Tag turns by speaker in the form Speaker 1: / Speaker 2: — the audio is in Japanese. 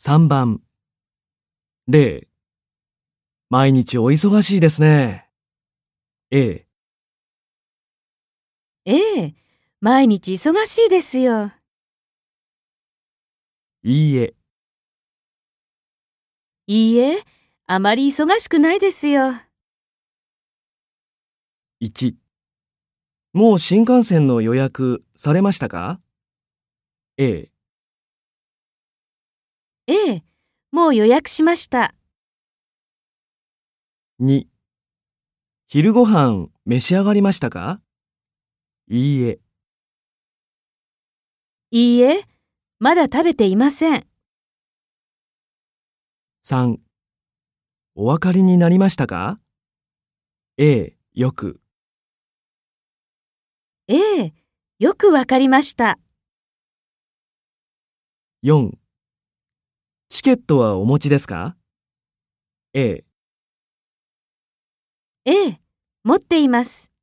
Speaker 1: 3番。0。毎日お忙しいですね。A、
Speaker 2: ええ、毎日忙しいですよ。
Speaker 1: いいえ、
Speaker 2: いいえ、あまり忙しくないですよ。
Speaker 1: 1。もう新幹線の予約されましたか ?A、
Speaker 2: ええ、もう予約しました。
Speaker 1: 2。昼ご飯召し上がりましたかいいえ、
Speaker 2: いいえ、まだ食べていません。
Speaker 1: 3。お分かりになりましたか ?A、よく。
Speaker 2: ええ、よくわかりました。
Speaker 1: 4. チケットはお持ちですか ?A.
Speaker 2: ええ、持っています。